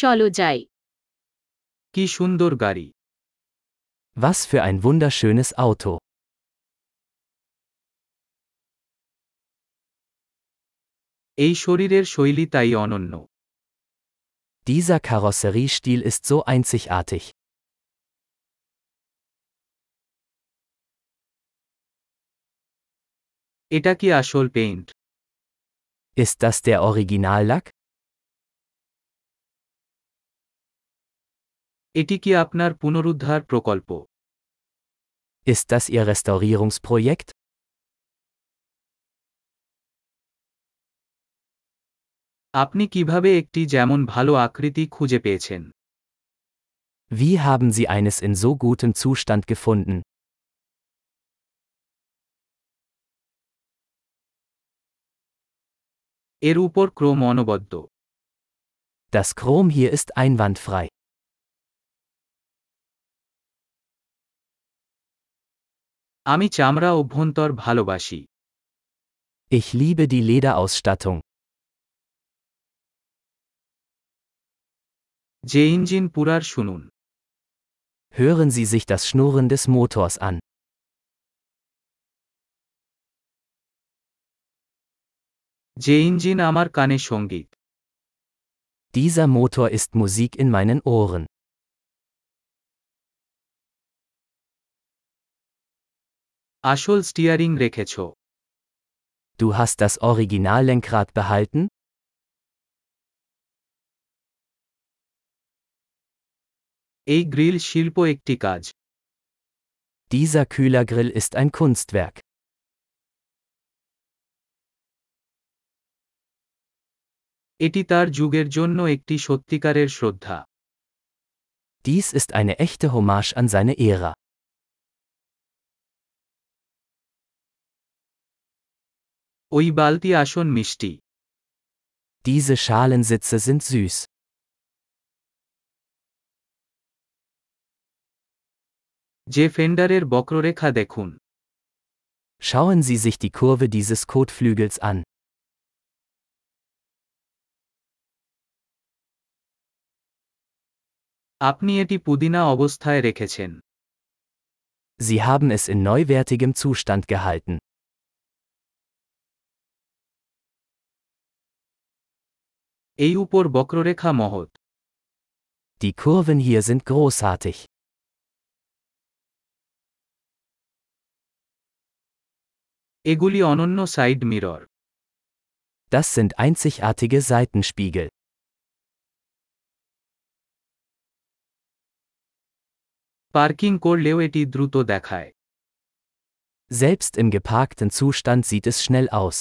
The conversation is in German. চলো যাই কি সুন্দর গাড়ি Was für ein wunderschönes Auto. এই শরীরের শৈলী তাই অনন্য Dieser Karosseriestil ist so einzigartig. এটা কি আসল paint Ist das der Originallack? এটি কি আপনার পুনরুদ্ধার প্রকল্প Ist das Ihr Restaurierungsprojekt? আপনি কিভাবে একটি যেমন ভালো আকৃতি খুঁজে পেয়েছেন Wie haben Sie eines in so gutem Zustand gefunden? এর উপর ক্রম অনবদ্য Das Chrom hier ist einwandfrei. আমি চামড়া অভ্যন্তর ভালোবাসি Ich liebe die Lederausstattung. যে ইঞ্জিন পুরার শুনুন Hören Sie sich das Schnurren des Motors an. যে ইঞ্জিন আমার কানে সঙ্গীত Dieser Motor ist Musik in meinen Ohren. আসল স্টিয়ারিং রেখেছ Du hast das Originallenkrad behalten? এই গ্রিল শিল্প একটি কাজ Dieser Kühlergrill ist ein Kunstwerk. এটি তার যুগের জন্য একটি সত্যিকারের শ্রদ্ধা Dies ist eine echte Hommage an seine Ära. ওই বালতি আসন মিষ্টি Diese Schalensitze sind süß. যে ফেন্ডারের বক্ররেখা দেখুন Schauen Sie sich die Kurve dieses Kotflügels an. আপনি এটি পুদিনা অবস্থায় রেখেছেন Sie haben es in neuwertigem Zustand gehalten. এই উপর বক্ররেখা মহৎ Die Kurven hier sind großartig. এগুলি অনন্য side mirror Das sind einzigartige Seitenspiegel. Parking করলেও এটি দ্রুত দেখায় Selbst im geparkten Zustand sieht es schnell aus.